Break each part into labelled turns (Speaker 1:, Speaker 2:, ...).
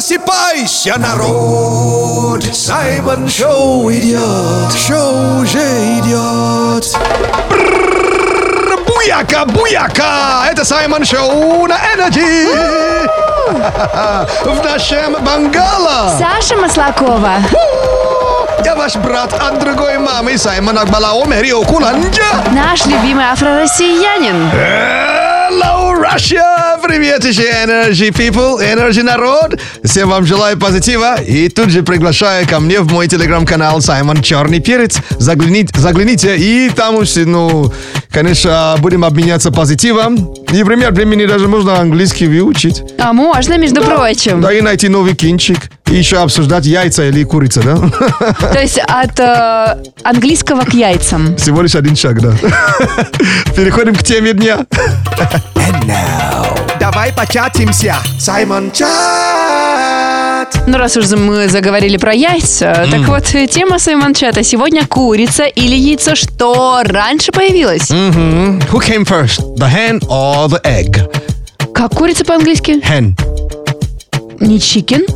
Speaker 1: Вставайся, народ! Саймон Шоу идет! Шоу уже идет! Буяка, буяка! Это Саймон Шоу на Энерджи! В нашем бангало!
Speaker 2: Саша Маслакова.
Speaker 1: Я ваш брат от другой мамы Саймон Акбалаоме Рио Куланджа!
Speaker 2: Наш любимый афро-россиянин.
Speaker 1: Hello, Russia! Привет еще, Energy People, Energy народ! Всем вам желаю позитива и тут же приглашаю ко мне в мой телеграм-канал Саймон Черный Перец. Загляните, загляните и там уж, ну, конечно, будем обменяться позитивом. И пример времени даже можно английский выучить.
Speaker 2: А можно, между прочим.
Speaker 1: Да и найти новый кинчик. И еще обсуждать яйца или курица, да?
Speaker 2: То есть от э, английского к яйцам.
Speaker 1: Всего лишь один шаг, да. Переходим к теме дня.
Speaker 3: Давай початимся.
Speaker 1: Саймон Чат!
Speaker 2: Ну, раз уж мы заговорили про яйца, так вот, э, тема Саймончата. Сегодня курица или яйцо, что раньше появилось?
Speaker 1: Who came first, the hen or the egg?
Speaker 2: Как курица по-английски?
Speaker 1: Hen.
Speaker 2: Не чикен?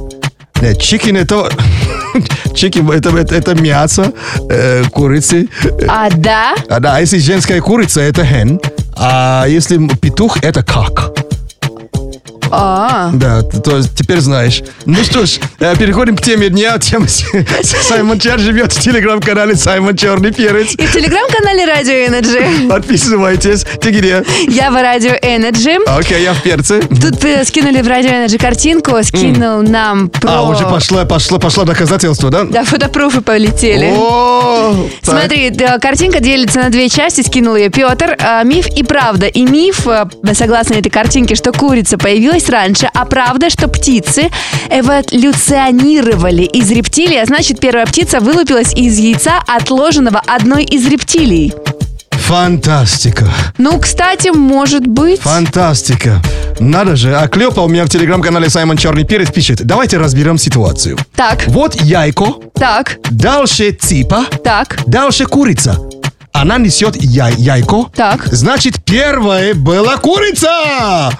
Speaker 1: Нет, chicken это... Chicken это, это, это мясо э, курицы.
Speaker 2: А да?
Speaker 1: А, да, а если женская курица, это hen. А если м- петух, это как.
Speaker 2: А,
Speaker 1: Да, т- то есть теперь знаешь. Ну что ж, э, переходим к теме дня. Тема с- Саймон Чар живет в телеграм-канале Саймон Черный Перец.
Speaker 2: и в телеграм-канале Радио Energy.
Speaker 1: Подписывайтесь. Ты где? А,
Speaker 2: Я в Радио Energy.
Speaker 1: Окей, я в перце.
Speaker 2: Тут э, скинули в Радио Energy картинку, скинул нам про...
Speaker 1: А, уже пошло, пошло, пошло доказательство, да?
Speaker 2: Да, фотопруфы полетели.
Speaker 1: О, так.
Speaker 2: Смотри, да, картинка делится на две части, скинул ее Петр. А, Миф и правда. И миф, а, согласно этой картинке, что курица появилась раньше, а правда, что птицы эволюционировали из рептилий, а значит, первая птица вылупилась из яйца, отложенного одной из рептилий.
Speaker 1: Фантастика.
Speaker 2: Ну, кстати, может быть...
Speaker 1: Фантастика. Надо же, а Клёпа у меня в телеграм-канале Саймон Черный Перец пишет, давайте разберем ситуацию.
Speaker 2: Так,
Speaker 1: Вот яйко,
Speaker 2: так,
Speaker 1: дальше ципа,
Speaker 2: так.
Speaker 1: дальше курица. Она несет яй- яйко.
Speaker 2: Так.
Speaker 1: Значит, первое была курица.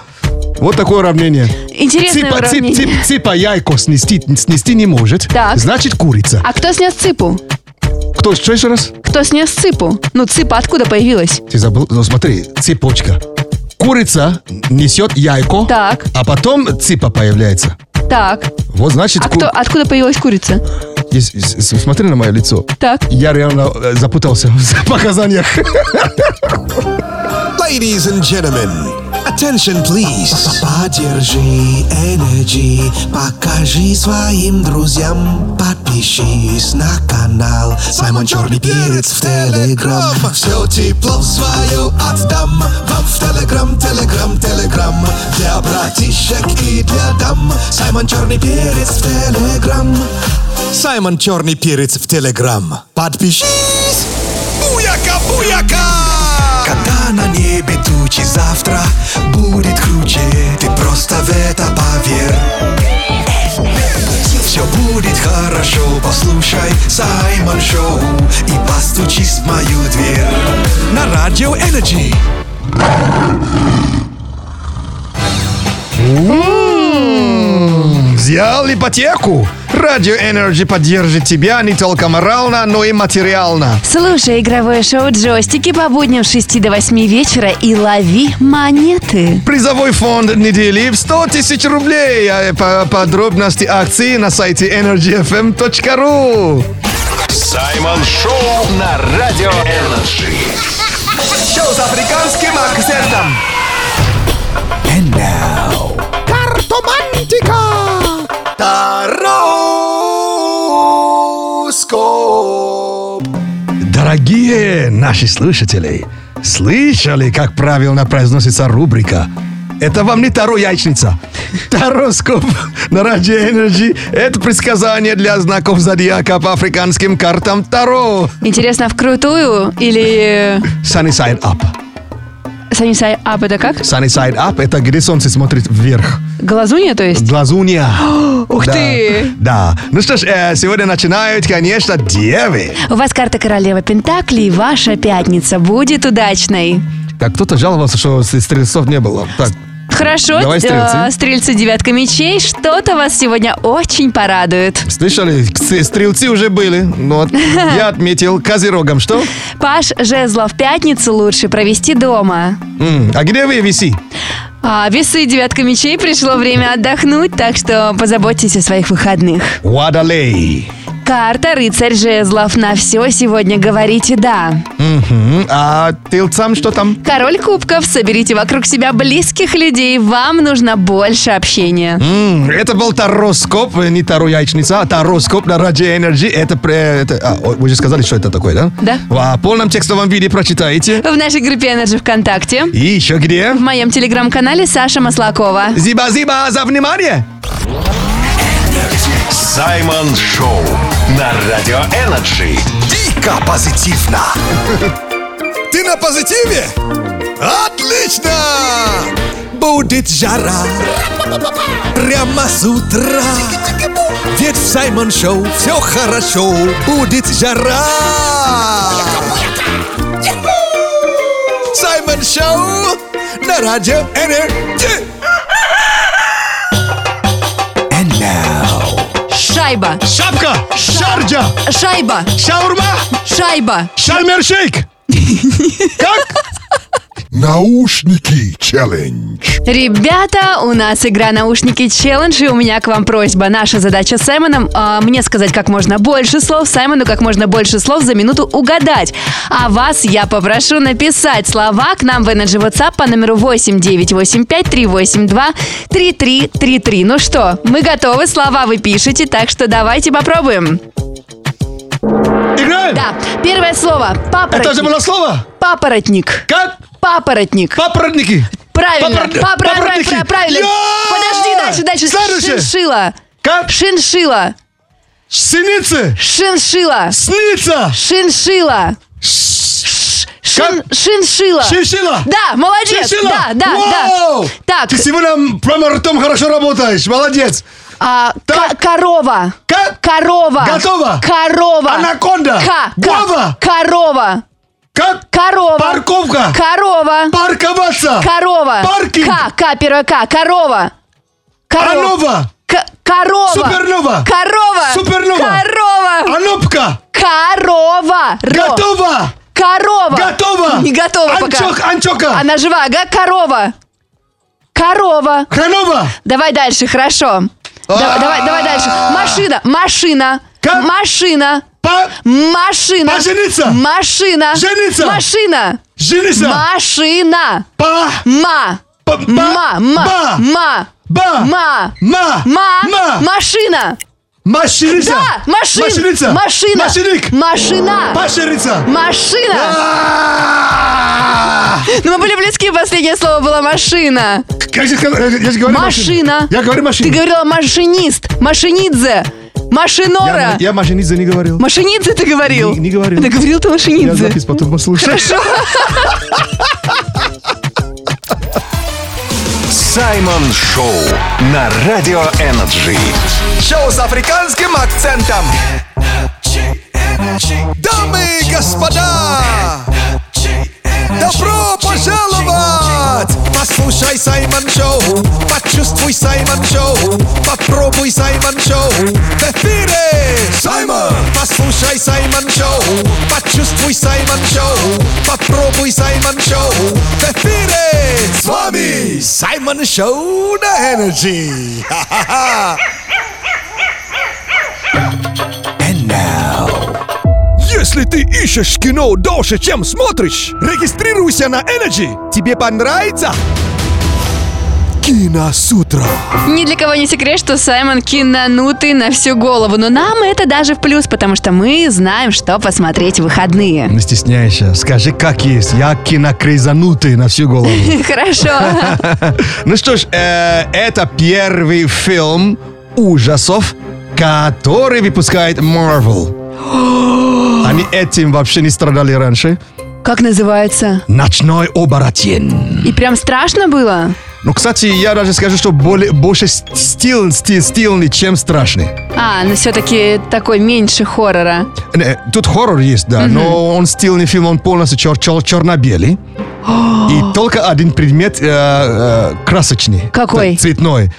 Speaker 1: Вот такое уравнение.
Speaker 2: Интересное
Speaker 1: Ципа, цип-
Speaker 2: уравнение.
Speaker 1: цип- ципа яйко снести, снести не может.
Speaker 2: Так.
Speaker 1: Значит, курица.
Speaker 2: А кто снес цыпу?
Speaker 1: Кто, что еще раз?
Speaker 2: Кто снес цыпу? Ну, цыпа откуда появилась?
Speaker 1: Ты забыл? Ну, смотри, цепочка. Курица несет яйко,
Speaker 2: Так.
Speaker 1: а потом ципа появляется.
Speaker 2: Так.
Speaker 1: Вот значит...
Speaker 2: А
Speaker 1: ку-
Speaker 2: кто, откуда появилась курица?
Speaker 1: Ес- с- с- Смотри на мое лицо.
Speaker 2: Так.
Speaker 1: Я реально э, запутался в показаниях.
Speaker 3: Ladies and gentlemen, attention please. Поддержи Energy, покажи своим друзьям. Подпишись на канал Саймон Черный Перец в Телеграм. Все тепло свое отдам вам в Телеграм, Телеграм, Телеграм. Для братишек и для дам Саймон Черный Перец в Телеграм. Саймон Черный Перец в Телеграм. Подпишись! Буяка, буяка! Когда на небе тучи завтра будет круче, ты просто в это поверь. Все будет хорошо, послушай Саймон Шоу и постучись в мою дверь. На Радио Энерджи.
Speaker 1: Взял ипотеку. Радио Energy поддержит тебя не только морально, но и материально.
Speaker 2: Слушай игровое шоу «Джойстики» по будням с 6 до 8 вечера и лови монеты.
Speaker 1: Призовой фонд недели в 100 тысяч рублей. А, по- Подробности акции на сайте energyfm.ru
Speaker 4: Саймон Шоу на Радио Энерджи.
Speaker 3: Шоу с африканским акцентом. And now. Картомантика.
Speaker 1: Дорогие наши слушатели, слышали, как правильно произносится рубрика? Это вам не Таро Яичница. Тароскоп на Радио Энерджи – это предсказание для знаков зодиака по африканским картам Таро.
Speaker 2: Интересно, вкрутую или...
Speaker 1: Sunny side up.
Speaker 2: Санисай, а это как?
Speaker 1: Sunny side up – это где солнце смотрит вверх.
Speaker 2: Глазунья, то есть?
Speaker 1: Глазунья.
Speaker 2: Ух
Speaker 1: Да,
Speaker 2: ты!
Speaker 1: Да. Ну что ж, э, сегодня начинают, конечно, девы.
Speaker 2: У вас карта королева Пентаклей, ваша пятница будет удачной.
Speaker 1: Так, кто-то жаловался, что стрельцов не было. Так,
Speaker 2: Хорошо,
Speaker 1: Давай,
Speaker 2: э,
Speaker 1: стрельцы.
Speaker 2: стрельцы девятка мечей, что-то вас сегодня очень порадует.
Speaker 1: Слышали? Кс- Стрелцы уже были. Ну, вот я отметил. Козерогом что?
Speaker 2: Паш жезла в пятницу лучше провести дома.
Speaker 1: М, А где вы, виси?
Speaker 2: А весы девятка мечей пришло время отдохнуть, так что позаботьтесь о своих выходных.
Speaker 1: Уадалей.
Speaker 2: Карта рыцарь жезлов на все сегодня говорите да.
Speaker 1: Мгм. А тельцам что там?
Speaker 2: Король кубков, соберите вокруг себя близких людей, вам нужно больше общения.
Speaker 1: М, Это был тароскоп, э, не таро яичница, а тароскоп на Раджи Energy. Это, пре- это- а, о, вы же сказали, что это такое, да?
Speaker 2: Да.
Speaker 1: В а, полном текстовом виде прочитаете.
Speaker 2: В нашей группе Energy ВКонтакте,
Speaker 1: И еще где?
Speaker 2: в моем телеграм-канале Саша Маслакова.
Speaker 1: Зиба-зиба за внимание!
Speaker 4: Саймон Шоу на Радио Энерджи.
Speaker 3: Дико позитивно. Ты на позитиве? Отлично! Будет жара прямо с утра. Ведь в Саймон Шоу все хорошо. Будет жара. Саймон Шоу на радио Энерджи. And now.
Speaker 2: Шайба,
Speaker 1: Шапка! Шарджа!
Speaker 2: шайба,
Speaker 1: Шаурма!
Speaker 2: шайба.
Speaker 1: Шальмершейк! Как?
Speaker 5: Наушники челлендж.
Speaker 2: Ребята, у нас игра наушники челлендж, и у меня к вам просьба. Наша задача с Саймоном а, мне сказать как можно больше слов, Саймону как можно больше слов за минуту угадать. А вас я попрошу написать слова к нам в Energy WhatsApp по номеру 89853823333. Ну что, мы готовы, слова вы пишете, так что давайте попробуем.
Speaker 1: Играем?
Speaker 2: Да, первое слово. Папоротник.
Speaker 1: Это же было слово?
Speaker 2: Папоротник.
Speaker 1: Как?
Speaker 2: Папоротник.
Speaker 1: Папоротники!
Speaker 2: Правильно,
Speaker 1: Папорот-
Speaker 2: Папра- пра-
Speaker 1: папоротники.
Speaker 2: пра- правильно.
Speaker 1: Я!
Speaker 2: Подожди, дальше, дальше.
Speaker 1: Следующее.
Speaker 2: Шиншила.
Speaker 1: Как?
Speaker 2: Шиншила.
Speaker 1: Синицы!
Speaker 2: Шиншила.
Speaker 1: Сница!
Speaker 2: Шиншила. Ш- Шин,
Speaker 1: Как?
Speaker 2: шиншила.
Speaker 1: Шиншила!
Speaker 2: Да, молодец.
Speaker 1: Шиншила!
Speaker 2: Да, да,
Speaker 1: Вау!
Speaker 2: да.
Speaker 1: Ты
Speaker 2: Так,
Speaker 1: сегодня прямо ртом хорошо работаешь. Молодец.
Speaker 2: а,
Speaker 1: так.
Speaker 2: к- корова.
Speaker 1: Как?
Speaker 2: Корова.
Speaker 1: Готово.
Speaker 2: Корова.
Speaker 1: Анаконда.
Speaker 2: К.
Speaker 1: Гуава.
Speaker 2: К. Корова.
Speaker 1: Как?
Speaker 2: Корова.
Speaker 1: Парковка.
Speaker 2: Корова.
Speaker 1: Парковаться.
Speaker 2: Корова.
Speaker 1: Паркинг.
Speaker 2: К. К. Первая К. Корова. Корова.
Speaker 1: Анова.
Speaker 2: К- корова.
Speaker 1: Супернова.
Speaker 2: Корова.
Speaker 1: Супернова.
Speaker 2: Корова.
Speaker 1: Анопка.
Speaker 2: Корова. Ро.
Speaker 1: Готова.
Speaker 2: Корова.
Speaker 1: Готова.
Speaker 2: Не готова
Speaker 1: Анчок,
Speaker 2: пока.
Speaker 1: Анчока.
Speaker 2: Она жива, ага? Корова. Корова.
Speaker 1: Хранова.
Speaker 2: Давай дальше, хорошо.
Speaker 1: А-а-а.
Speaker 2: Давай, давай, давай дальше. Машина, машина,
Speaker 1: Как?
Speaker 2: машина,
Speaker 1: Па...
Speaker 2: машина.
Speaker 1: Пожениться.
Speaker 2: Машина.
Speaker 1: Жениться.
Speaker 2: Машина.
Speaker 1: Жениться.
Speaker 2: Машина.
Speaker 1: Па.
Speaker 2: Ма.
Speaker 1: Па- ба-
Speaker 2: Ма. Ма.
Speaker 1: ба-
Speaker 2: Ма.
Speaker 1: Ба.
Speaker 2: Ма.
Speaker 1: Ма.
Speaker 2: Ма.
Speaker 1: Ма.
Speaker 2: Машина.
Speaker 1: Машиница.
Speaker 2: Да, машина.
Speaker 1: Машиница.
Speaker 2: Машина.
Speaker 1: Машиник.
Speaker 2: Машина.
Speaker 1: Пашерица.
Speaker 2: Машина.
Speaker 1: А-а-а!
Speaker 2: Ну, мы были близки, последнее слово было машина.
Speaker 1: Я же сказал- я же говорю
Speaker 2: Машина.
Speaker 1: Я говорю машина.
Speaker 2: Ты говорила машинист, машинидзе, машинора.
Speaker 1: Я, я машинидзе не говорил.
Speaker 2: Машинидзе ты говорил?
Speaker 1: Не- не говорил.
Speaker 2: Да говорил ты
Speaker 1: Я
Speaker 2: машинидзе.
Speaker 1: запись потом послушаю.
Speaker 4: Саймон Шоу на Радио Энерджи.
Speaker 3: Шоу с африканским акцентом. Дамы и господа, добро пожаловать! Послушай Саймон Шоу, почувствуй Саймон Шоу, попробуй Саймон Шоу. В эфире Саймон! Послушай Саймон Шоу, почувствуй Саймон Шоу, попробуй Саймон Шоу. В эфире с вами Саймон Шоу на Энерджи. Ха-ха-ха! Если ты ищешь кино дольше, чем смотришь, регистрируйся на Energy. Тебе понравится? Кино с утра.
Speaker 2: Ни для кого не секрет, что Саймон кинанутый на всю голову. Но нам это даже в плюс, потому что мы знаем, что посмотреть в выходные.
Speaker 1: Не стесняйся, скажи как есть. Я кинокризанутый на всю голову.
Speaker 2: Хорошо.
Speaker 1: Ну что ж, э, это первый фильм ужасов, который выпускает Marvel. Они этим вообще не страдали раньше.
Speaker 2: Как называется?
Speaker 1: Ночной оборотень.
Speaker 2: И прям страшно было?
Speaker 1: Ну, кстати, я даже скажу, что более, больше ст- стил, ст- стильный, чем страшный.
Speaker 2: А, ну все-таки такой меньше хоррора.
Speaker 1: Не, Тут хоррор есть, да, но он стильный фильм, он полностью чер- чер- черно-белый. И только один предмет э, э, красочный.
Speaker 2: Какой?
Speaker 1: Т- Цветной.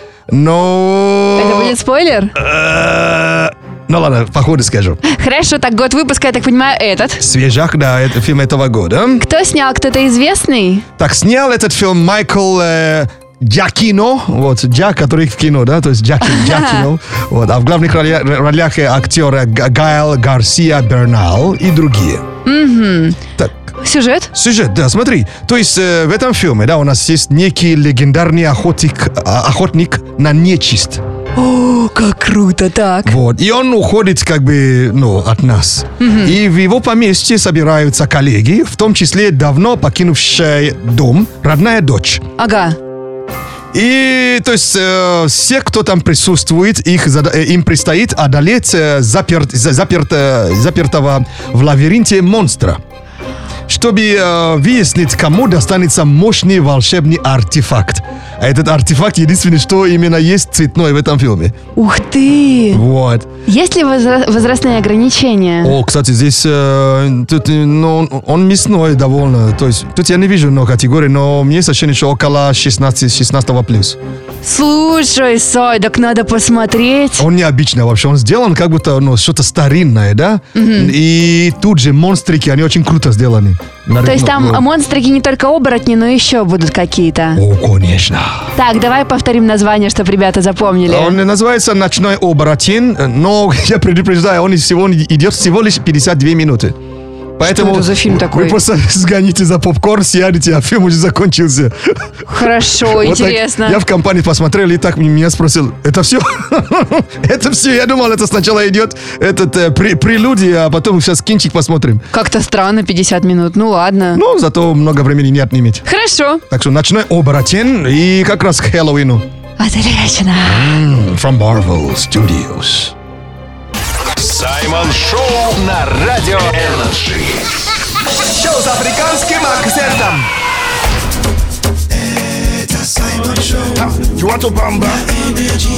Speaker 1: Но...
Speaker 2: Это будет спойлер?
Speaker 1: Э, Ну ладно, походу скажу.
Speaker 2: Хорошо, так год выпуска, я так понимаю, этот.
Speaker 1: Свежак, да, это фильм этого года.
Speaker 2: Кто снял? Кто-то известный?
Speaker 1: Так, снял этот фильм Майкл э, Джакино, вот, Джак, который в кино, да, то есть Джаки, Джакино, вот, а в главных роля- ролях э, актеры Га- Гайл Гарсия Бернал и другие. Так,
Speaker 2: Сюжет?
Speaker 1: сюжет, да, смотри, то есть э, в этом фильме, да, у нас есть некий легендарный охотник, а, охотник на нечисть,
Speaker 2: О, как круто, так.
Speaker 1: вот, и он уходит как бы, ну, от нас, и в его поместье собираются коллеги, в том числе давно покинувшая дом родная дочь.
Speaker 2: Ага.
Speaker 1: И, то есть, э, все, кто там присутствует, их, зада- э, им предстоит одолеть э, запер- за- заперт- э, запертого в лабиринте монстра. Чтобы э, выяснить, кому достанется мощный волшебный артефакт. А этот артефакт единственный, что именно есть цветной в этом фильме.
Speaker 2: Ух ты!
Speaker 1: Вот.
Speaker 2: Есть ли возра- возрастные ограничения?
Speaker 1: О, кстати, здесь э, тут, э, ну, он, он мясной довольно. То есть, тут я не вижу много категорий, но мне ощущение, что около 16, 16 плюс.
Speaker 2: Слушай, Сой, так надо посмотреть.
Speaker 1: Он необычный вообще. Он сделан как будто ну, что-то старинное, да? И тут же монстрики, они очень круто сделаны.
Speaker 2: То есть
Speaker 1: Ну,
Speaker 2: там
Speaker 1: ну,
Speaker 2: монстрики не только оборотни, но еще будут какие-то.
Speaker 1: О, конечно.
Speaker 2: Так, давай повторим название, чтобы ребята запомнили.
Speaker 1: Он называется «Ночной оборотень», но я предупреждаю, он всего, идет всего лишь 52 минуты. Поэтому
Speaker 2: это за фильм такой?
Speaker 1: Вы просто сгоните за попкорн, сядете, а фильм уже закончился.
Speaker 2: Хорошо,
Speaker 1: Вот так
Speaker 2: интересно.
Speaker 1: я в компании посмотрел, и так меня спросил, это все? это все? Я думал, это сначала идет этот э, пре- прелюдия, а потом сейчас кинчик посмотрим.
Speaker 2: Как-то странно, 50 минут. Ну ладно.
Speaker 1: Но зато много времени не отнимет.
Speaker 2: Хорошо.
Speaker 1: Так что ночной оборотень и как раз к Хэллоуину.
Speaker 2: Отлично.
Speaker 1: From Marvel Studios.
Speaker 4: Саймон Шоу на Радио Энерджи.
Speaker 5: Шоу с африканским акцентом.
Speaker 3: Это Саймон Шоу.
Speaker 5: You want to bamba?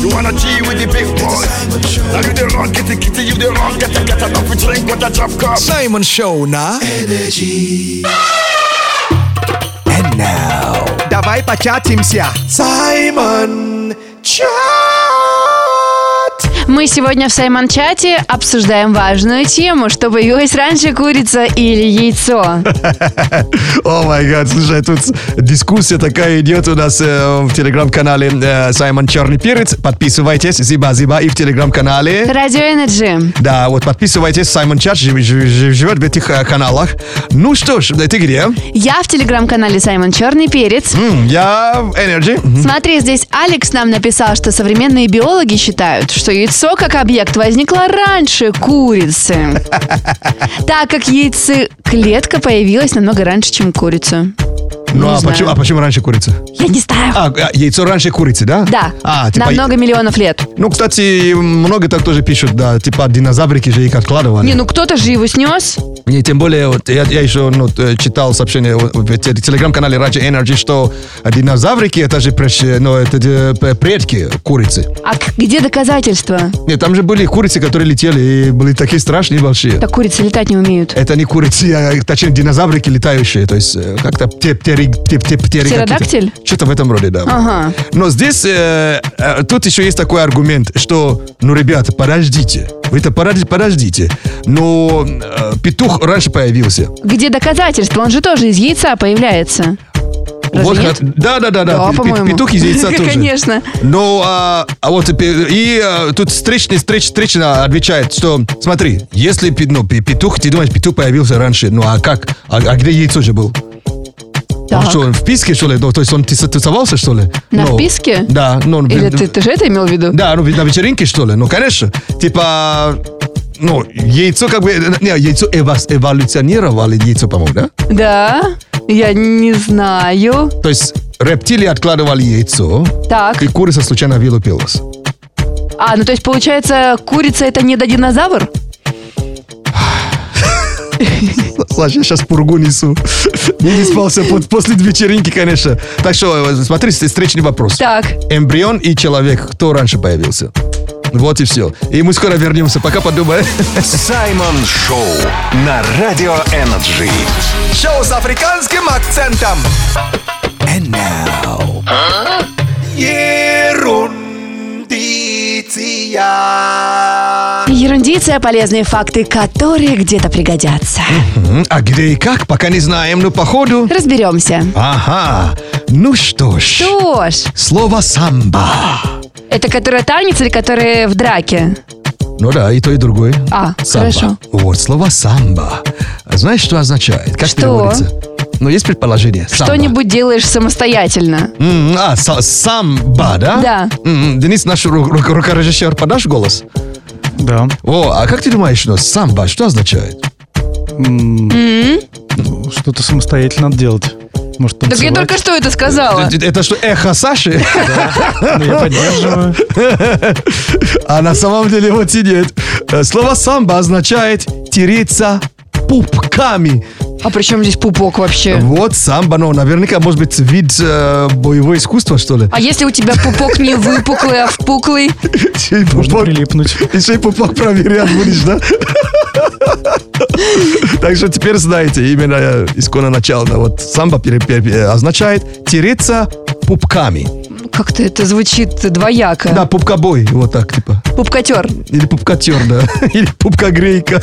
Speaker 5: You wanna G with the big boys? Now you the wrong kitty kitty, you the wrong get get enough to drink with a drop cup.
Speaker 3: Саймон Шоу на Energy. And now
Speaker 5: Давай початимся.
Speaker 3: Саймон Чат.
Speaker 2: Мы сегодня в Саймон-чате обсуждаем важную тему, что появилась раньше курица или яйцо.
Speaker 1: О май гад, слушай, тут дискуссия такая идет у нас э, в телеграм-канале э, Саймон Черный Перец. Подписывайтесь, зиба-зиба, и в телеграм-канале.
Speaker 2: Радио Энерджи.
Speaker 1: Да, вот подписывайтесь, Саймон Чат жив- жив- жив- живет в этих э, каналах. Ну что ж, да ты где?
Speaker 2: Я в телеграм-канале Саймон Черный Перец.
Speaker 1: М, я в Energy. Мгм.
Speaker 2: Смотри, здесь Алекс нам написал, что современные биологи считают, что яйцо как объект возникло раньше курицы. Так как яйцеклетка появилась намного раньше, чем курица.
Speaker 1: Ну а
Speaker 2: знаю.
Speaker 1: почему, а почему раньше курица?
Speaker 2: Я не знаю.
Speaker 1: А, а, яйцо раньше курицы, да?
Speaker 2: Да,
Speaker 1: А, типа...
Speaker 2: на много миллионов лет.
Speaker 1: Ну, кстати, много так тоже пишут, да, типа динозаврики же их откладывали.
Speaker 2: Не, ну кто-то же его снес.
Speaker 1: Не, тем более, вот, я, я еще ну, т- читал сообщение в- в те- телеграм-канале Раджи Energy, что динозаврики это же прещ- ну, это же п- предки курицы.
Speaker 2: А к- где доказательства?
Speaker 1: Нет, там же были курицы, которые летели и были такие страшные большие.
Speaker 2: Так курицы летать не умеют.
Speaker 1: Это не курицы, а точнее динозаврики летающие, то есть э, как-то те, птери- те- те- птери
Speaker 2: Птеродактиль? А,
Speaker 1: какие-то. Что-то в этом роде, да.
Speaker 2: Ага.
Speaker 1: Но здесь, э, э, тут еще есть такой аргумент, что, ну, ребята, подождите, вы-то подожди- подождите, но э, петух раньше появился.
Speaker 2: Где доказательства? Он же тоже из яйца появляется. Разве нет?
Speaker 1: да, да, да, да.
Speaker 2: Да,
Speaker 1: пе- пе-
Speaker 2: по-моему.
Speaker 1: Петух из яйца тоже.
Speaker 2: Конечно.
Speaker 1: Ну, а, а вот пе- и а, тут встречный, встреч, встречная отвечает, что смотри, если пе- ну, пе- петух, ты думаешь, петух появился раньше, ну а как? А, а где яйцо же был? Он
Speaker 2: Так.
Speaker 1: А что, он в писке, что ли? Ну, то есть он тис- тусовался, что ли?
Speaker 2: На
Speaker 1: Ну,
Speaker 2: вписке?
Speaker 1: Да. Ну, он-
Speaker 2: Или ты, ты же это имел в виду?
Speaker 1: Да, ну на вечеринке, что ли? Ну, конечно. Типа, ну, яйцо как бы... Не, яйцо эва- эволюционировали, яйцо, по-моему, да?
Speaker 2: Да. Я не знаю.
Speaker 1: То есть рептилии откладывали яйцо,
Speaker 2: Так.
Speaker 1: и курица случайно вылупилась.
Speaker 2: А, ну то есть получается, курица это не до динозавр?
Speaker 1: Саш, я сейчас пургу несу. Я не спался под- после вечеринки, конечно. Так что, э, смотри, встречный вопрос.
Speaker 2: Так.
Speaker 1: Эмбрион и человек, кто раньше появился? Вот и все. И мы скоро вернемся, пока подумаем.
Speaker 4: Саймон Шоу на Радио Энерджи.
Speaker 1: Шоу с африканским акцентом.
Speaker 2: Ерундиция, полезные факты, которые где-то пригодятся.
Speaker 1: А где и как, пока не знаем, но походу...
Speaker 2: Разберемся.
Speaker 1: Ага, ну что ж,
Speaker 2: Что ж,
Speaker 1: слово самбо.
Speaker 2: это которая танец или которые в драке?
Speaker 1: Ну да, и то, и другое.
Speaker 2: А,
Speaker 1: Самбо.
Speaker 2: хорошо.
Speaker 1: Вот слово самбо. А Знаешь, что означает? Как
Speaker 2: Что?
Speaker 1: переводится? Ну, есть предположение. Самбо.
Speaker 2: Что-нибудь делаешь самостоятельно.
Speaker 1: М, а, са- самбо, да?
Speaker 2: Да.
Speaker 1: М, Денис, наш ру- ру- рукорежиссер, подашь голос?
Speaker 6: Да.
Speaker 1: О, а как ты думаешь, ну, самбо, что означает?
Speaker 6: Что-то самостоятельно надо делать. Может,
Speaker 2: Так я
Speaker 6: танцевать?
Speaker 2: только что это сказала.
Speaker 1: Это, это что, эхо Саши?
Speaker 6: Да, Ну, я поддерживаю.
Speaker 1: А на самом деле вот и нет. Э, Слово самбо означает тереться пупками.
Speaker 2: А при чем здесь пупок вообще?
Speaker 1: Вот самбо, ну, наверняка, может быть, вид э, боевого искусства, что ли?
Speaker 2: А если у тебя пупок не выпуклый, а впуклый?
Speaker 1: Чей
Speaker 6: Можно
Speaker 1: пупок-
Speaker 6: прилипнуть.
Speaker 1: И шей пупок проверять будешь, да? Так что теперь знаете, именно э, исконно начало, да, вот самбо пере- пере- э, означает тереться пупками.
Speaker 2: Как-то это звучит двояко.
Speaker 1: Да, пупкобой, вот так, типа.
Speaker 2: Пупкотер.
Speaker 1: Или пупкотер, да. Или пупкогрейка.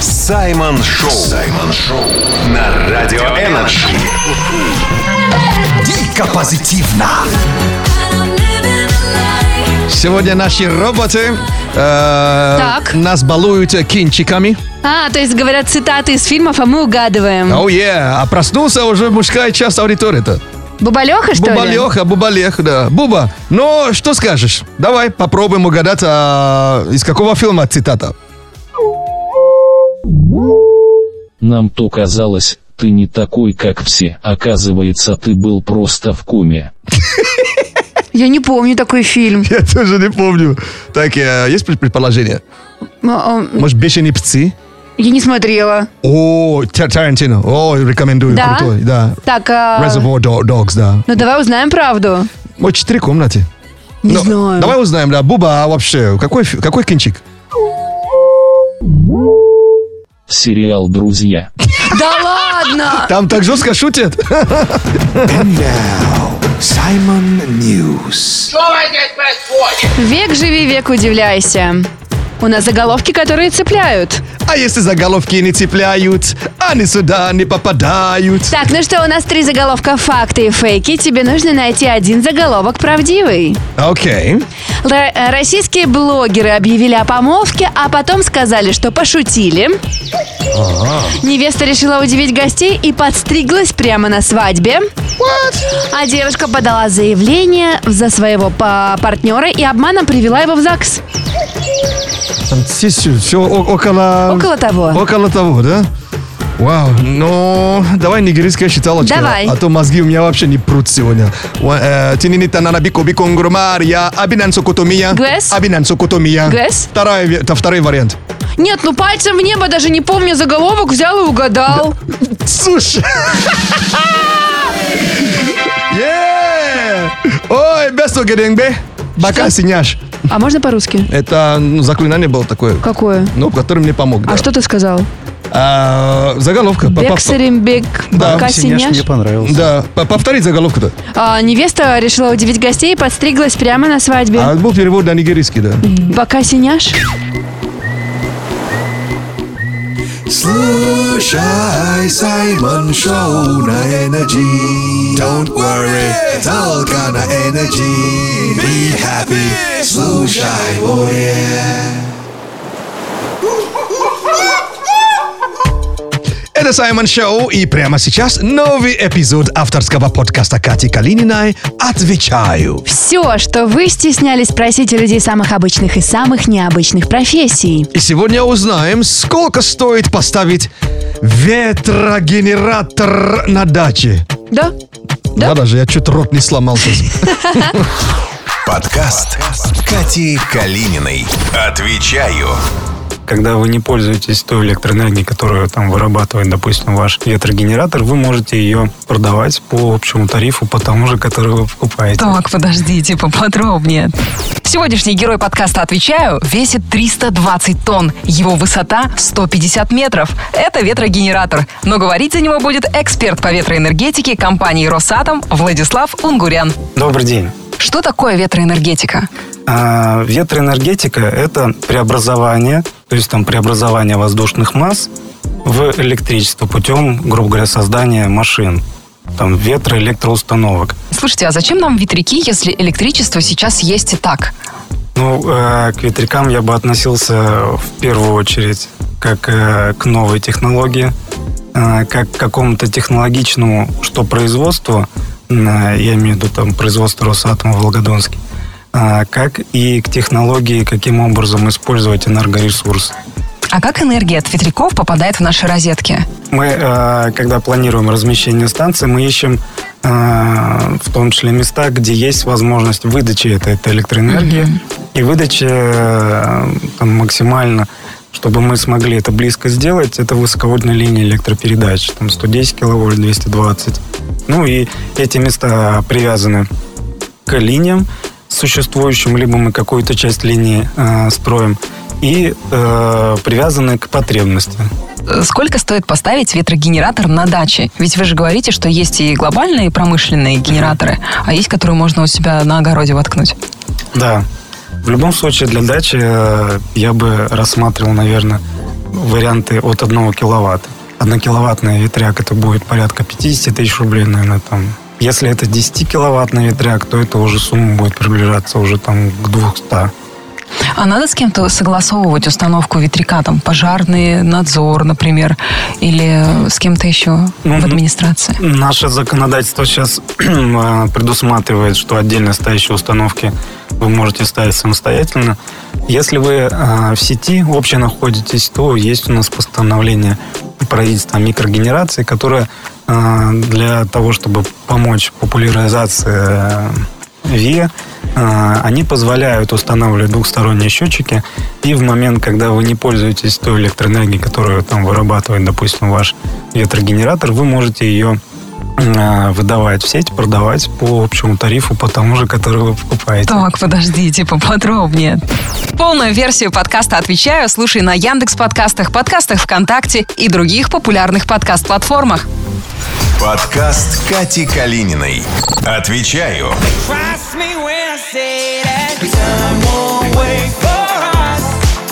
Speaker 4: Саймон Шоу. Саймон Шоу на Радио Энерджи.
Speaker 1: Сегодня наши роботы э,
Speaker 2: Так.
Speaker 1: нас балуют э, кинчиками.
Speaker 2: А, то есть говорят цитаты из фильмов, а мы угадываем.
Speaker 1: Оу, е, а проснулся уже мужская часть аудитории-то.
Speaker 2: Бубалеха, что
Speaker 1: Буба
Speaker 2: ли?
Speaker 1: Леха, Буба Лех, да. Буба, ну что скажешь? Давай попробуем угадать, а, из какого фильма цитата.
Speaker 7: Нам то казалось, ты не такой, как все. Оказывается, ты был просто в коме.
Speaker 2: Я не помню такой фильм.
Speaker 1: Я тоже не помню. Так, э, есть пред- предположение?
Speaker 2: А, а,
Speaker 1: Может, «Бешеные псы»?
Speaker 2: Я не смотрела.
Speaker 1: О, Тар- Тарантино. О, рекомендую.
Speaker 2: Да?
Speaker 1: Крутой, да.
Speaker 2: Так, а...
Speaker 1: Reservoir Do- Dogs, да.
Speaker 2: ну давай узнаем правду.
Speaker 1: Вот четыре комнаты.
Speaker 2: Не
Speaker 1: Ну,
Speaker 2: знаю.
Speaker 1: Давай узнаем, да, Буба, а вообще, какой, фи- какой кинчик?
Speaker 7: Сериал «Друзья».
Speaker 2: Да ладно!
Speaker 1: Там так жестко шутят.
Speaker 3: Саймон Ньюс.
Speaker 2: Век живи, век удивляйся. У нас заголовки, которые цепляют.
Speaker 1: А если заголовки не цепляют, они сюда а не попадают.
Speaker 2: Так, ну что, у нас три заголовка факты и фейки. Тебе нужно найти один заголовок правдивый.
Speaker 1: Окей.
Speaker 2: Р- э, российские блогеры объявили о помолвке, а потом сказали, что пошутили. Невеста решила удивить гостей и подстриглась прямо на свадьбе. А девушка подала заявление за своего па- партнера и обманом привела его в ЗАГС.
Speaker 1: Там все, около...
Speaker 2: Около того.
Speaker 1: Около того, да? Вау, ну, давай нигерийская считалочка.
Speaker 2: Давай.
Speaker 1: А то мозги у меня вообще не прут сегодня. Ва- э, Тининитанана бико биконгуру мария, абинан сокотомия.
Speaker 2: Гэс?
Speaker 1: Абинан сокотомия.
Speaker 2: Гэс?
Speaker 1: Второй, ве- та- второй вариант.
Speaker 2: Нет, ну пальцем в небо даже не помню заголовок, взял и угадал.
Speaker 1: Слушай. Е! Ой, бесто геренбе. Бака синяш.
Speaker 2: А можно по-русски?
Speaker 1: Это ну, заклинание было такое.
Speaker 2: Какое?
Speaker 1: Ну, который мне помог. да.
Speaker 2: А что ты сказал?
Speaker 1: А, заголовка. По- по-
Speaker 2: Бексеримбек
Speaker 1: Да,
Speaker 6: Синяш мне понравился.
Speaker 1: Да, по- повтори заголовку-то.
Speaker 2: А, невеста решила удивить гостей и подстриглась прямо на свадьбе.
Speaker 1: А был перевод на нигерийский, да.
Speaker 2: Бока синяш?
Speaker 3: Слушай Саймон Шоу на Energy. Don't worry, только на Energy. Be happy, слушай, oh yeah.
Speaker 1: Это Саймон Шоу, и прямо сейчас новый эпизод авторского подкаста Кати Калининой «Отвечаю».
Speaker 2: Все, что вы стеснялись просить у людей самых обычных и самых необычных профессий.
Speaker 1: И сегодня узнаем, сколько стоит поставить ветрогенератор на даче.
Speaker 2: Да? Да?
Speaker 1: Надо же, я чуть рот не сломал сейчас.
Speaker 4: Подкаст Кати Калининой. Отвечаю.
Speaker 8: Когда вы не пользуетесь той электроэнергией, которую там вырабатывает, допустим, ваш ветрогенератор, вы можете ее продавать по общему тарифу, по тому же, который вы покупаете.
Speaker 9: Так, подождите, поподробнее. Сегодняшний герой подкаста «Отвечаю» весит 320 тонн. Его высота 150 метров. Это ветрогенератор. Но говорить за него будет эксперт по ветроэнергетике компании «Росатом» Владислав Унгурян.
Speaker 8: Добрый день.
Speaker 9: Что такое ветроэнергетика?
Speaker 8: А ветроэнергетика – это преобразование, то есть там преобразование воздушных масс в электричество путем, грубо говоря, создания машин, там ветроэлектроустановок.
Speaker 9: Слушайте, а зачем нам ветряки, если электричество сейчас есть и так?
Speaker 8: Ну, э, к ветрякам я бы относился в первую очередь как э, к новой технологии, э, как к какому-то технологичному, что производству, э, я имею в виду там производство Росатома в Волгодонске, э, как и к технологии, каким образом использовать энергоресурс.
Speaker 9: А как энергия от ветряков попадает в наши розетки?
Speaker 8: Мы, э, когда планируем размещение станции, мы ищем э, в том числе места, где есть возможность выдачи этой, этой электроэнергии и выдачи э, там, максимально, чтобы мы смогли это близко сделать, это высоковольтная линия электропередач, там 110 киловольт, 220. Ну и эти места привязаны к линиям существующим, либо мы какую-то часть линии э, строим, и э, привязаны к потребности.
Speaker 9: Э, Сколько стоит поставить ветрогенератор на даче? Ведь вы же говорите, что есть и глобальные промышленные генераторы, а есть, которые можно у себя на огороде воткнуть.
Speaker 8: Да. В любом случае для дачи э, я бы рассматривал, наверное, варианты от 1 киловатта. Однокиловаттный ветряк это будет порядка 50 тысяч рублей, наверное, там. Если это 10-киловаттный ветряк, то это уже сумма будет приближаться уже там к 200.
Speaker 9: А надо с кем-то согласовывать установку ветряка, там, пожарный надзор, например, или с кем-то еще в
Speaker 8: Мгм.
Speaker 9: администрации?
Speaker 8: Наше законодательство сейчас а, предусматривает, что отдельно стоящие установки вы можете ставить самостоятельно. Если вы э, в сети общей находитесь, то есть у нас постановление правительства о микрогенерации, которое э, для того, чтобы помочь популяризации э, ВИА, э, они позволяют устанавливать двухсторонние счетчики, и в момент, когда вы не пользуетесь той электроэнергией, которую там вырабатывает, допустим, ваш ветрогенератор, вы можете ее э, выдавать в сеть, продавать по общему тарифу, по тому же, который вы покупаете.
Speaker 9: Так, подождите, поподробнее. Полную версию подкаста «Отвечаю» слушай на Яндекс подкастах, подкастах ВКонтакте и других популярных подкаст-платформах.
Speaker 4: Подкаст Кати Калининой. Отвечаю.
Speaker 10: Trust me when I say that time won't wait for us.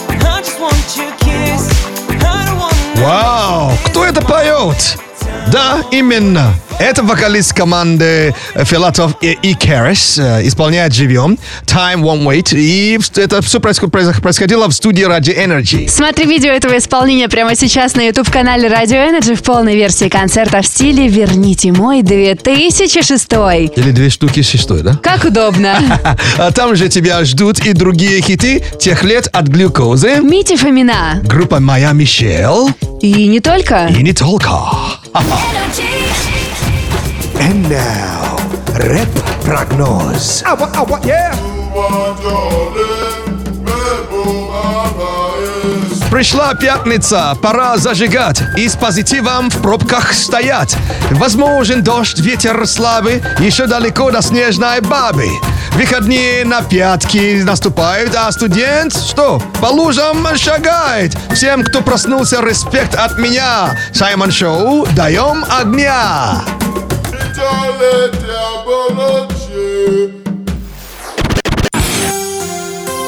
Speaker 10: I just want your kiss. I don't want
Speaker 1: Вау! Кто это поет? Да, именно. Это вокалист команды э, Филатов и Икарис. э, Исполняет «Живем», «Time Won't Wait». И в- это все происходило в студии «Ради Energy.
Speaker 2: Смотри видео этого исполнения прямо сейчас на YouTube-канале Radio Energy в полной версии концерта в стиле «Верните мой 2006».
Speaker 1: Или две штуки шестой, да?
Speaker 2: Как удобно.
Speaker 1: А там же тебя ждут и другие хиты тех лет от глюкозы.
Speaker 2: Мити Фомина.
Speaker 1: Группа «Моя Мишель»
Speaker 2: И не только.
Speaker 1: и не только.
Speaker 3: And now, рэп-прогноз.
Speaker 1: Пришла пятница, пора зажигать И с позитивом в пробках стоять Возможен дождь, ветер слабый Еще далеко до снежной бабы Выходные на пятки наступают А студент, что, по лужам шагает Всем, кто проснулся, респект от меня Саймон Шоу, даем огня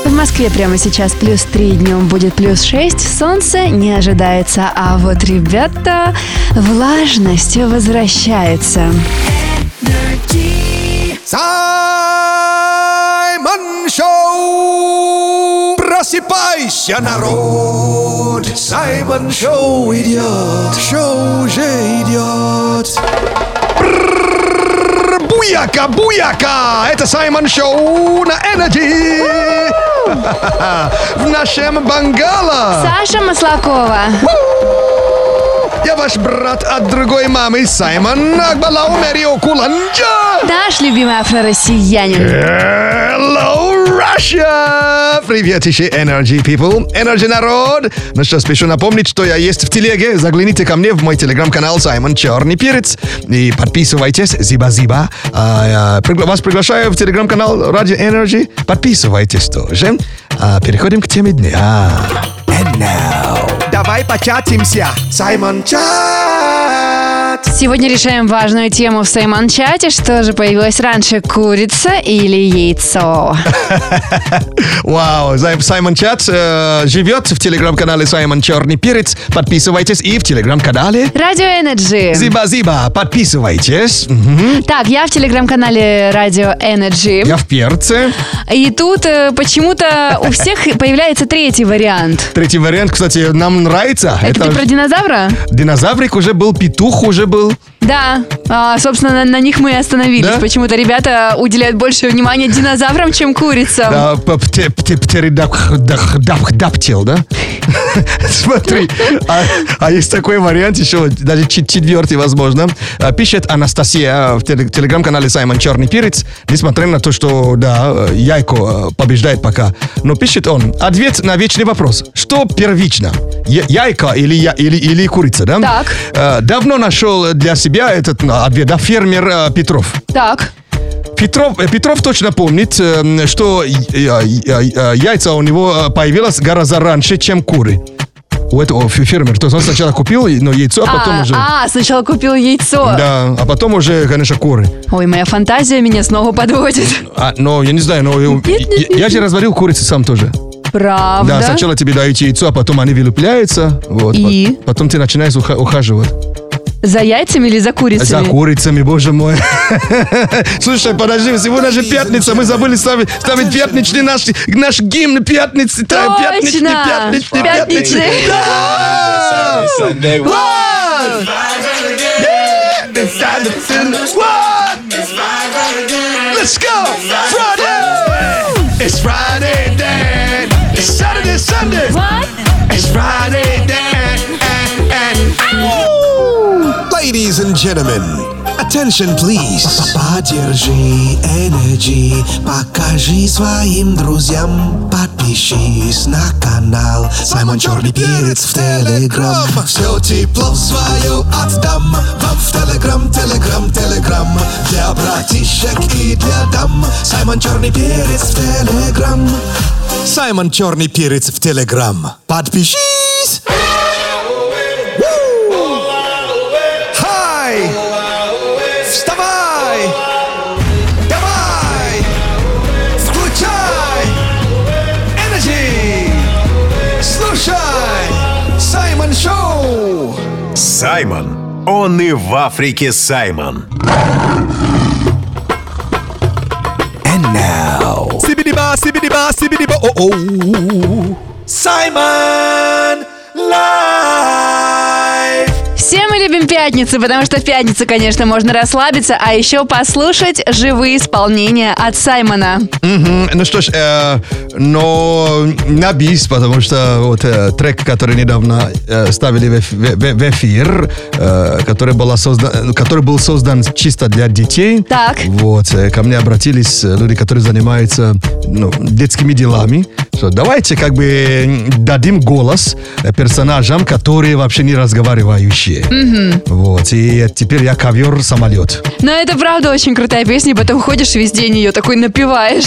Speaker 2: В Москве прямо сейчас плюс 3, днем будет плюс 6, солнце не ожидается. А вот, ребята, влажность возвращается.
Speaker 1: Саймон Шоу! Просыпайся, народ! Саймон Шоу идет! Шоу уже идет! Буяка, буяка! Это Саймон Шоу на Энерджи! В нашем
Speaker 3: А.
Speaker 1: бангало!
Speaker 2: Саша Маслакова.
Speaker 1: Я ваш брат от другой мамы, Саймон Акбалау Мэрио Куланджа! Э.
Speaker 2: Наш любимый афро-россиянин.
Speaker 1: Hello, Hello, Russia! Привет еще Energy People, Energy народ! Ну что, спешу напомнить, что я есть в телеге. Загляните ко мне в мой телеграм-канал Саймон Черный Перец. И подписывайтесь, зиба-зиба. А, а, пригла- вас приглашаю в телеграм-канал Радио Energy. Подписывайтесь тоже. А, переходим к теме дня.
Speaker 3: Давай початимся. Саймон Чат.
Speaker 2: Сегодня решаем важную тему в Саймон-чате. Что же появилось раньше, курица или яйцо?
Speaker 1: Вау, Зай- Саймон Чат э, живет в телеграм-канале Саймон Черный Перец. Подписывайтесь и в телеграм-канале
Speaker 2: Радио Energy.
Speaker 1: Зиба-зиба, подписывайтесь. Мгм.
Speaker 2: Так, я в телеграм-канале Радио Energy.
Speaker 1: Я в перце.
Speaker 2: И тут э, почему-то у всех появляется третий вариант.
Speaker 1: Третий вариант, кстати, нам нравится.
Speaker 2: Это, ты про динозавра?
Speaker 1: Динозаврик уже был, петух уже был.
Speaker 2: Да, А, собственно, на, на них мы и остановились.
Speaker 1: Да?
Speaker 2: Почему-то ребята уделяют больше внимания динозаврам, чем курицам.
Speaker 1: Да, п- пте- пте- птеридак- дах- дап- даптил, да? Смотри, а, а есть такой вариант еще, даже чет- четвертый, возможно. А, Пишет Анастасия а, в теле- телеграм-канале Саймон Черный Перец, несмотря на то, что, да, э, Яйко э, побеждает пока. Но пишет он, ответ на вечный вопрос. Что первично? Я- Яйко или, я- или, или курица, да?
Speaker 2: Так.
Speaker 1: Э, Давно нашел для себя этот э, ответ, да, фермер э, Петров.
Speaker 2: Так,
Speaker 1: Петров, э, Петров точно помнит, эм, что э, э, э, яйца у него э, появилось гораздо раньше, чем куры. У этого фе- фермера. То есть он сначала купил но яйцо, а потом
Speaker 2: а,
Speaker 1: уже...
Speaker 2: а, сначала купил яйцо.
Speaker 1: Да, а потом уже, конечно, куры.
Speaker 2: Ой, моя фантазия меня снова подводит.
Speaker 1: А, но я не знаю, но... э,
Speaker 2: Ну, нет,
Speaker 1: я- я, же разварил курицы сам тоже.
Speaker 2: Правда?
Speaker 1: Да, сначала тебе дают яйцо, а потом они вылупляются. Вот,
Speaker 2: И?
Speaker 1: пот- Потом ты начинаешь уха- ухаживать.
Speaker 2: За яйцами или за курицами?
Speaker 1: За курицами, боже мой. Слушай, подожди, сегодня же пятница, мы забыли ставить, ставить пятничный наш, наш гимн пятницы. да,
Speaker 2: Точно!
Speaker 1: Пятничный, пятничный, пятничный.
Speaker 2: Пятничный.
Speaker 1: Да! Вот! Let's go! Friday! It's Friday then! It's Saturday, Sunday! It's Friday then! And, and,
Speaker 3: Ladies and gentlemen, attention please. Поддержи Energy, покажи своим друзьям, подпишись на канал Саймон Черный Перец в Телеграм. Все тепло свое отдам вам в Телеграм, Телеграм, Телеграм. Для братишек и для дам Саймон Черный Перец в Телеграм. Саймон Черный Перец в Телеграм. Подпишись!
Speaker 11: Хай! Вставай! Давай! Включай! Энерджи! Слушай! Саймон Шоу!
Speaker 4: Саймон. Он и в Африке Саймон.
Speaker 11: Сибидиба, сибидиба, сибидиба,
Speaker 1: oh,
Speaker 11: о-о! Саймон! Лайв!
Speaker 2: Все мы любим пятницы, потому что в пятницу, конечно, можно расслабиться, а еще послушать живые исполнения от Саймона.
Speaker 1: Мгм. Ну что ж, э, но на бис, потому что вот э, трек, который недавно э, ставили в, эф- в- в- в эфир, э, который, была созда- который был создан чисто для детей.
Speaker 2: Так.
Speaker 1: Вот, э, ко мне обратились э, люди, которые занимаются ну, детскими делами. Что давайте как бы м, дадим голос э, персонажам, которые вообще не разговаривающие.
Speaker 2: Мгм.
Speaker 1: Вот, и теперь я ковер-самолет.
Speaker 2: Но это правда очень крутая песня, и потом ходишь весь день ее такой напиваешь.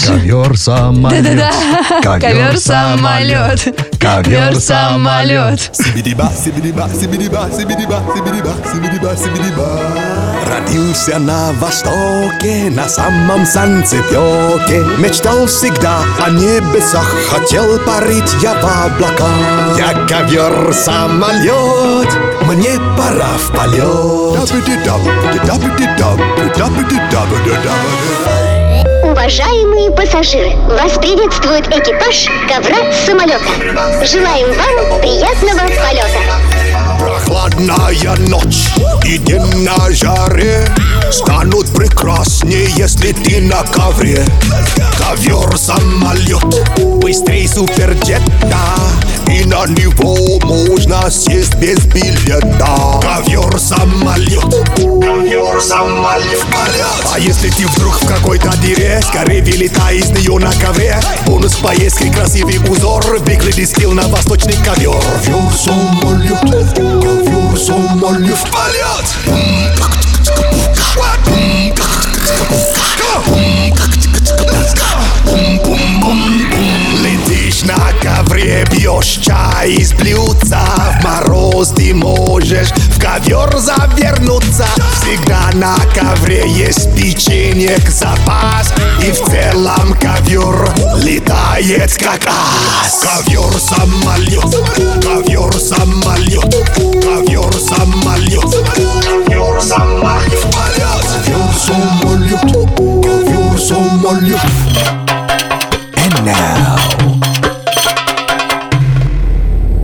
Speaker 1: Ковер-самолет.
Speaker 2: Да-да-да.
Speaker 1: Ковер-самолет.
Speaker 2: Ковер-самолет.
Speaker 1: Ковер-самолет.
Speaker 11: Сибидиба, сибидиба, сибидиба, сибидиба, сибидиба, сибидиба, сибидиба. Родился на востоке, на самом Санцепёке. Мечтал всегда о небесах, хотел парить я в облака. Я ковер-самолет, мне пора в полет.
Speaker 12: Уважаемые пассажиры, вас приветствует экипаж ковра самолета. Желаем вам приятного полета.
Speaker 11: Прохладная ночь и день на жаре Станут прекраснее, если ты на ковре Ковер самолет, быстрей супер И на него можно сесть без билета Ковер самолет Ковер самолет А если ты вдруг в какой-то дыре Скорее вылетай из нее на ковре Бонус поездки, красивый узор Выгляди стил на восточный ковер Ковер самолет Ковер самолет Летишь на ковре, пьешь чай из блюдца В мороз ты можешь в ковер завернуться Всегда на ковре есть печенье к запас И в целом ковер летает как ас Ковер самолет, ковер самолет Ковер самолет, ковер самолет Ковер самолет, ковер самолет And now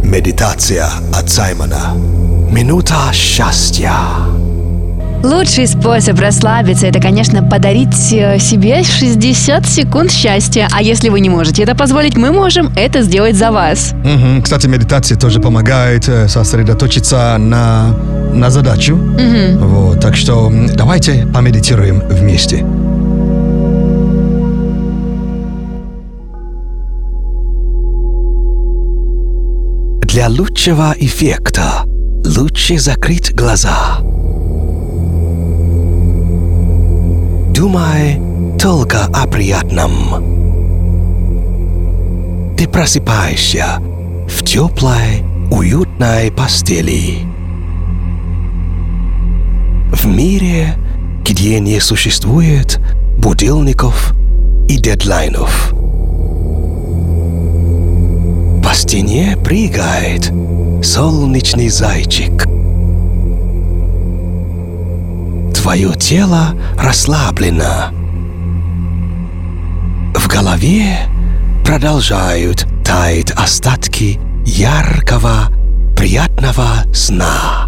Speaker 11: Медитация от Саймона. Минута счастья.
Speaker 2: Лучший способ расслабиться – это, конечно, подарить э, себе 60 секунд счастья. А если вы не можете это позволить, мы можем это сделать за вас.
Speaker 1: Мгм. Кстати, медитация тоже помогает э, сосредоточиться на, на задачу.
Speaker 2: Мгм.
Speaker 1: Вот, так что м, давайте помедитируем вместе.
Speaker 13: Для лучшего эффекта лучше закрыть глаза. Думай только о приятном. Ты просыпаешься в теплой, уютной постели. В мире, где не существует будильников и дедлайнов – по стене прыгает солнечный зайчик. Твое тело расслаблено. В голове продолжают таять остатки яркого, приятного сна.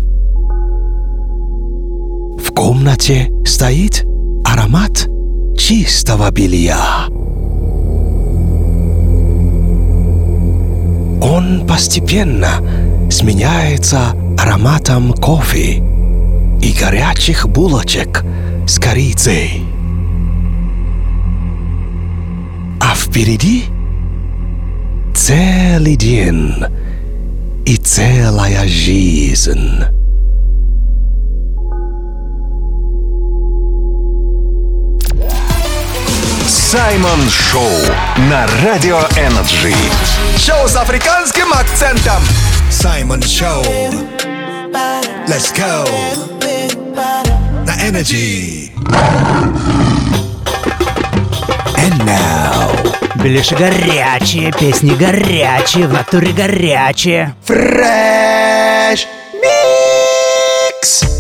Speaker 13: В комнате стоит аромат чистого белья. Он постепенно сменяется ароматом кофе и горячих булочек с корицей. А впереди целый день и целая жизнь.
Speaker 4: Саймон Шоу на Радио Энерджи.
Speaker 11: Шоу с африканским акцентом. Саймон Шоу. Let's go. На Energy.
Speaker 3: Беляши горячие, песни горячие, в натуре горячие.
Speaker 11: Фрэш!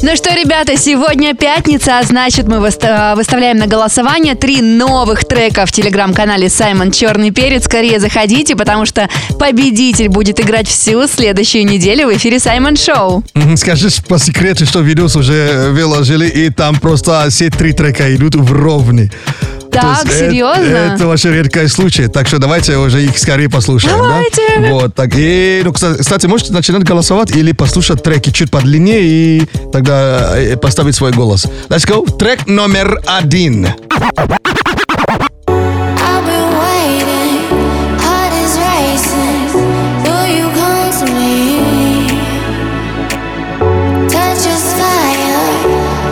Speaker 2: Ну что, ребята, сегодня пятница, а значит мы выст- э, выставляем на голосование три новых трека в телеграм-канале Саймон Черный Перец. Скорее заходите, потому что победитель будет играть всю следующую неделю в эфире Саймон Шоу.
Speaker 1: Мгм, Скажи по секрету, что видос уже выложили, и там просто все три трека идут в ровный.
Speaker 2: Так,
Speaker 1: То есть э-
Speaker 2: серьезно?
Speaker 1: Это, вообще редкий случай, так что давайте уже их скорее послушаем. да?
Speaker 2: Давайте.
Speaker 1: Вот, так. И, ну, кста- кстати, можете начинать голосовать или послушать треки чуть подлиннее и тогда э, поставить свой голос. Let's go. Трек номер один.
Speaker 14: I've been waiting, heart is racing. Will you come to me? Touch is fire,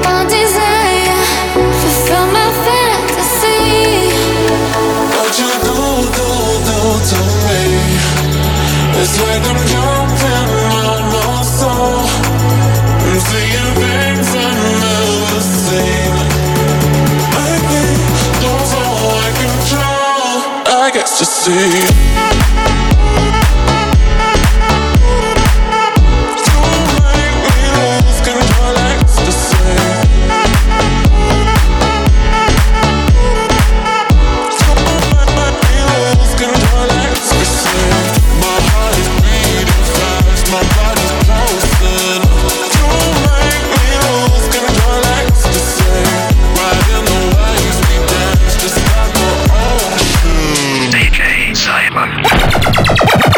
Speaker 14: my desire, fulfill my fantasy.
Speaker 15: What you do, do, do to me It's like I'm jumping on my soul I'm seeing things I never seen Make me lose all my control I guess to see You make me lose control, ecstasy
Speaker 16: DJ Simon.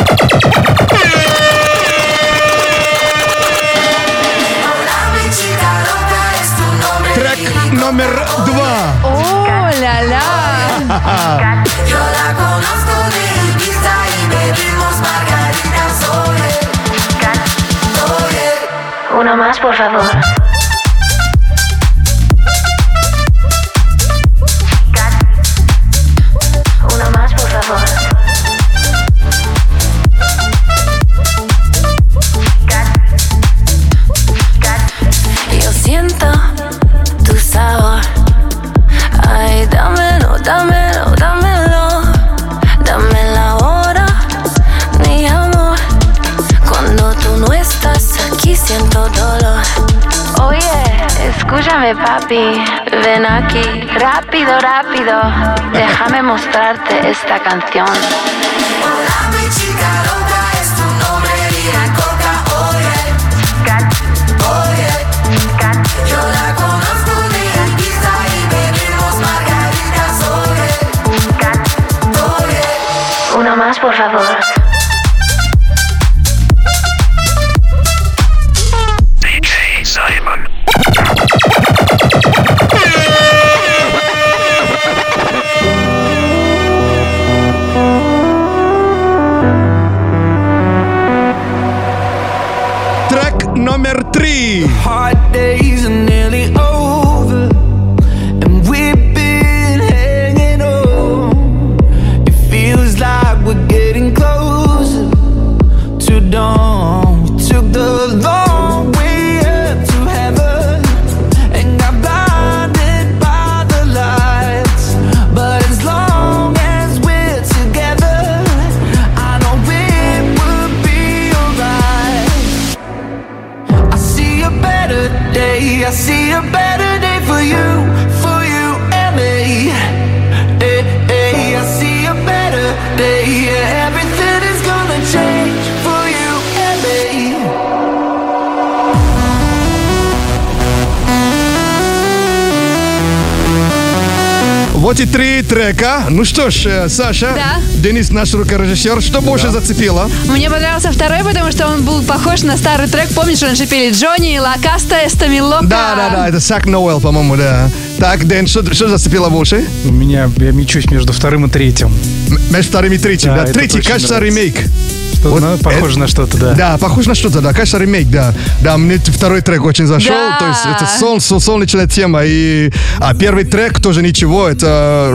Speaker 12: más, por favor. Una más, por favor.
Speaker 17: Yo siento tu sabor. Ay, dámelo, dámelo, dámelo. Dame la hora, mi amor. Cuando tú no estás aquí, siento dolor. Oye, escúchame, papi. Ven aquí, rápido, rápido. Déjame mostrarte esta canción.
Speaker 15: Hola, mi chica loca, es tu nombre, la coca, oye. Oye. Yo la conozco de Ibiza y venimos margaritas, oye. Oye.
Speaker 12: Una más, por favor.
Speaker 1: Трек номер три.
Speaker 15: Hard days are nearly over, and we've been hanging on. It feels like we're getting closer to dawn. We took the long way up to heaven and got blinded by the lights. But as long as we're together, I know it will be alright. I see a better day. I see a better day for you, for you and me. Hey, hey, I see a better day. Yeah, everything is gonna change for you and me.
Speaker 1: Вот и три трека. Ну что ж, э, Саша,
Speaker 2: Да.
Speaker 1: Денис, наш рукорежиссер, что больше зацепило?
Speaker 2: Мне понравился второй, потому что он был похож на старый трек. Помнишь, раньше пели Джонни, Лакаста, Эстамилока?
Speaker 1: Да, да, да, это Сак Ноуэлл, по-моему, да. Так, Дэн, что, что зацепило больше?
Speaker 6: У меня, я мечусь между вторым и третьим.
Speaker 1: Между вторым и третьим, да.
Speaker 6: это
Speaker 1: Третий,
Speaker 6: точно
Speaker 1: кажется,
Speaker 6: нравится.
Speaker 1: ремейк.
Speaker 6: Что,
Speaker 1: Вот
Speaker 6: ну, похоже
Speaker 1: это-
Speaker 6: на что-то, да.
Speaker 1: Да, похож на что-то, да. Конечно, ремейк, да. Да, мне т- второй трек очень зашел.
Speaker 2: Да.
Speaker 1: То есть это сол- сол- солнечная тема. И, а первый трек тоже ничего, это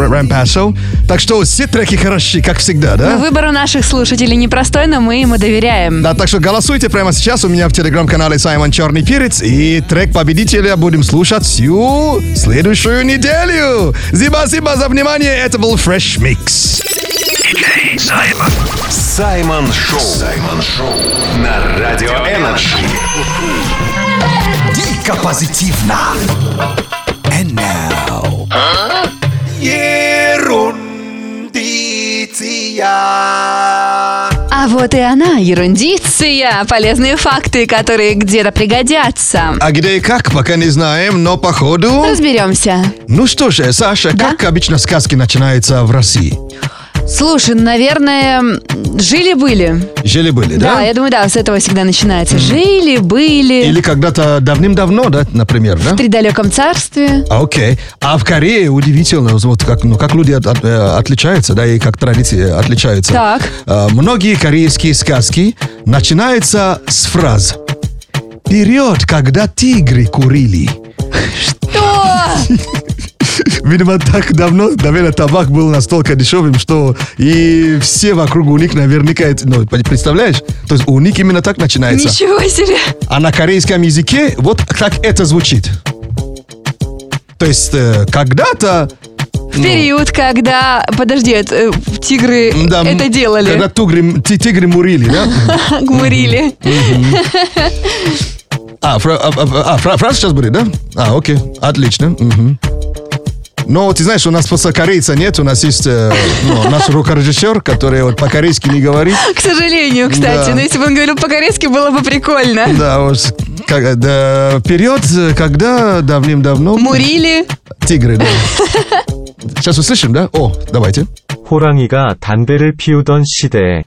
Speaker 1: Рампашел. Так что все треки хороши, как всегда, да?
Speaker 2: Ну, выбор у наших слушателей непростой, но мы ему доверяем.
Speaker 1: Да, так что голосуйте прямо сейчас у меня в телеграм-канале Саймон Черный Перец. И трек победителя будем слушать всю следующую неделю. Зиба-зиба за внимание. Это был Fresh Mix.
Speaker 4: Саймон. Саймон Шоу. Саймон Шоу. На Радио Энерджи.
Speaker 3: Дико позитивно. And now. Ерундиция.
Speaker 2: А вот и она, ерундиция. Полезные факты, которые где-то пригодятся.
Speaker 1: А где и как, пока не знаем, но походу...
Speaker 2: Разберемся.
Speaker 1: Ну что же, Саша, как обычно сказки начинаются в России?
Speaker 2: Слушай, ну, наверное, м, жили-были.
Speaker 1: Жили-были, да?
Speaker 2: я думаю, да, с этого всегда начинается. Жили-были.
Speaker 1: Или когда-то давным-давно, да, например,
Speaker 2: В
Speaker 1: да?
Speaker 2: предалеком царстве.
Speaker 1: А, Окей. А в Корее удивительно, вот как, ну, как люди от- от- э, отличаются, да, и как традиции отличаются.
Speaker 2: Так.
Speaker 1: Э, Многие корейские сказки начинаются с фраз «Вперед, когда тигры курили».
Speaker 2: Что?
Speaker 1: Видимо, так давно, наверное, табак был настолько дешевым, что и все вокруг у них наверняка... это- Ну, представляешь? То есть у них именно так начинается.
Speaker 2: Ничего себе.
Speaker 1: А на корейском языке вот так это звучит. То есть э, когда-то... Ну.
Speaker 2: В период, когда... Подожди, это, э, тигры
Speaker 1: Да, м,
Speaker 2: это делали.
Speaker 1: Когда тугры- ти- тигры мурили, да?
Speaker 2: Гмурили.
Speaker 1: А, фра- а, а, а, фра- фраза сейчас будет, да? А, окей, отлично. мгм. Но ты знаешь, у нас просто корейца нет, у нас есть э, ну, наш рукорежиссер, который вот по-корейски не говорит.
Speaker 2: К сожалению, кстати.
Speaker 1: Да.
Speaker 2: Но если бы он говорил по-корейски, было бы прикольно.
Speaker 1: Да, вот как- да, вперед, э, когда давным-давно...
Speaker 2: Мурили.
Speaker 1: Тигры, да. Сейчас услышим, да? О, давайте.
Speaker 18: 호랑이가 담배를 피우던 시대에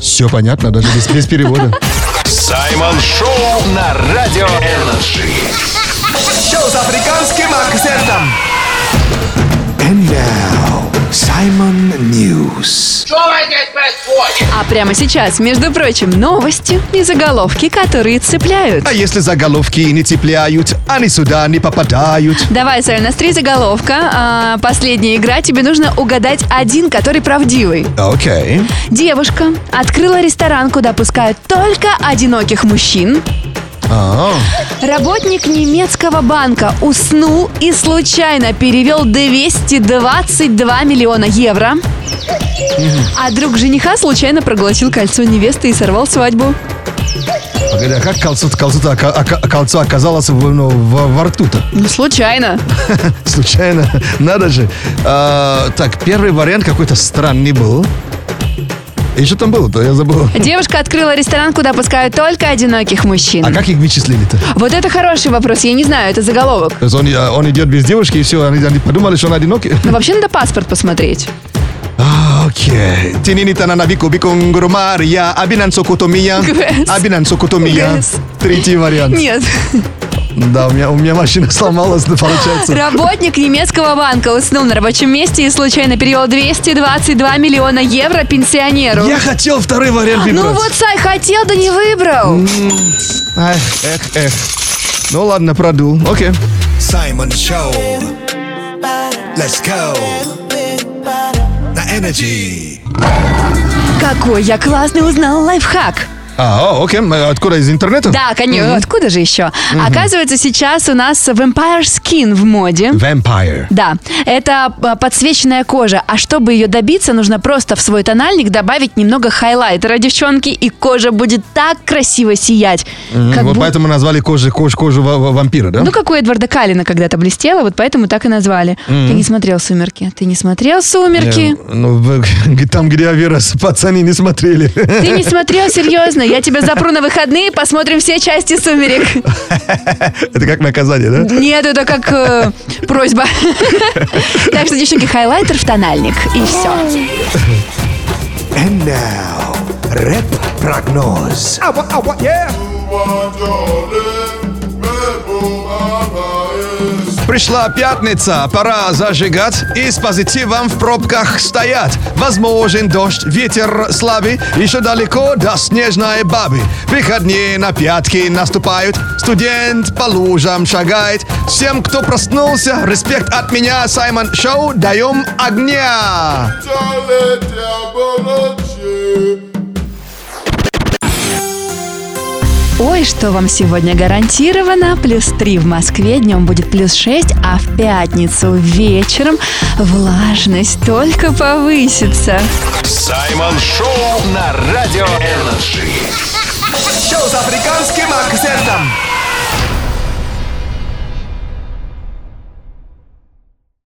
Speaker 1: Все понятно, даже без, без перевода.
Speaker 4: Саймон Шоу на Радио Энерджи.
Speaker 3: Шоу с африканским акцентом.
Speaker 11: And now,
Speaker 3: Саймон Ньюс.
Speaker 2: А прямо сейчас, между прочим, новости и заголовки, которые цепляют.
Speaker 1: А если заголовки не цепляют, они сюда не попадают.
Speaker 2: Давай, Сай, у нас три заголовка. А, последняя игра. Тебе нужно угадать один, который правдивый.
Speaker 1: Окей.
Speaker 2: Девушка открыла ресторан, куда пускают только одиноких мужчин.
Speaker 1: А,
Speaker 2: Работник немецкого банка уснул и случайно перевел 222 миллиона евро. А друг жениха случайно проглотил кольцо невесты и сорвал свадьбу.
Speaker 1: Погоди, а как кольцо, кольцо, кольцо оказалось в- ну, в- во рту-то?
Speaker 2: Ну, случайно.
Speaker 1: Случайно, надо же. А, так, первый вариант какой-то странный был. И что там было-то? Я забыл.
Speaker 2: Девушка открыла ресторан, куда пускают только одиноких мужчин.
Speaker 1: А как их вычислили-то?
Speaker 2: Вот это хороший вопрос, я не знаю, это заголовок.
Speaker 1: То есть он, а, он идет без девушки, и все, они, они подумали, что он одинокий.
Speaker 2: Но вообще надо паспорт посмотреть.
Speaker 1: А, Окей. Тининитана на бику бикунгуру Мария, абинан сокутомия,
Speaker 2: Гвес.
Speaker 1: абинан сокутомия.
Speaker 2: Гвес.
Speaker 1: Третий вариант.
Speaker 2: Нет.
Speaker 1: Да, у меня, у меня машина сломалась, да, получается.
Speaker 2: Работник немецкого банка уснул на рабочем месте и случайно перевел 222 миллиона евро пенсионеру.
Speaker 1: Я хотел второй вариант выбрать.
Speaker 2: Ну вот, Сай, хотел, да не выбрал.
Speaker 1: Ай, эх, эх. Ну ладно, продул. Окей.
Speaker 3: Саймон Шоу. Let's go. На Energy.
Speaker 2: Какой я классный узнал лайфхак.
Speaker 1: А, о, окей. Э, Откуда, из интернета?
Speaker 2: Да, конечно. Откуда же еще? Оказывается, сейчас у нас Vampire Skin в моде.
Speaker 1: Vampire.
Speaker 2: Да, это э, подсвеченная кожа, а чтобы ее добиться, нужно просто в свой тональник добавить немного хайлайтера, девчонки, и кожа будет так красиво сиять.
Speaker 1: М,
Speaker 2: Как
Speaker 1: вот
Speaker 2: бу-
Speaker 1: поэтому назвали кожу, кожу, кожу ва- ва- вампира, да?
Speaker 2: Ну, как у Эдварда Калина когда-то блестела, вот поэтому так и назвали.
Speaker 1: Мгм.
Speaker 2: Ты не смотрел «Сумерки», ты не смотрел «Сумерки»,
Speaker 1: Э, Ну, в- там, где я вырос, пацаны не смотрели.
Speaker 2: ты не смотрел, серьезно, я тебя запру на выходные, посмотрим все части «Сумерек».
Speaker 1: Это как наказание, да?
Speaker 2: Нет, это как э, просьба. Так что, девчонки, хайлайтер в тональник, и все.
Speaker 3: And now, рэп-прогноз.
Speaker 15: Awa, awa, yeah.
Speaker 1: Пришла пятница, пора зажигать и с позитивом в пробках стоят. Возможен дождь, ветер слабый, еще далеко до снежной бабы. Выходные на пятки наступают, студент по лужам шагает. Всем, кто проснулся, респект от меня, Саймон Шоу, даем огня!
Speaker 2: Ой, что вам сегодня гарантировано? Плюс 3 в Москве, днем будет плюс 6, а в пятницу вечером влажность только повысится.
Speaker 4: Саймон Шоу на Радио Энерджи.
Speaker 3: Шоу с африканским акцентом.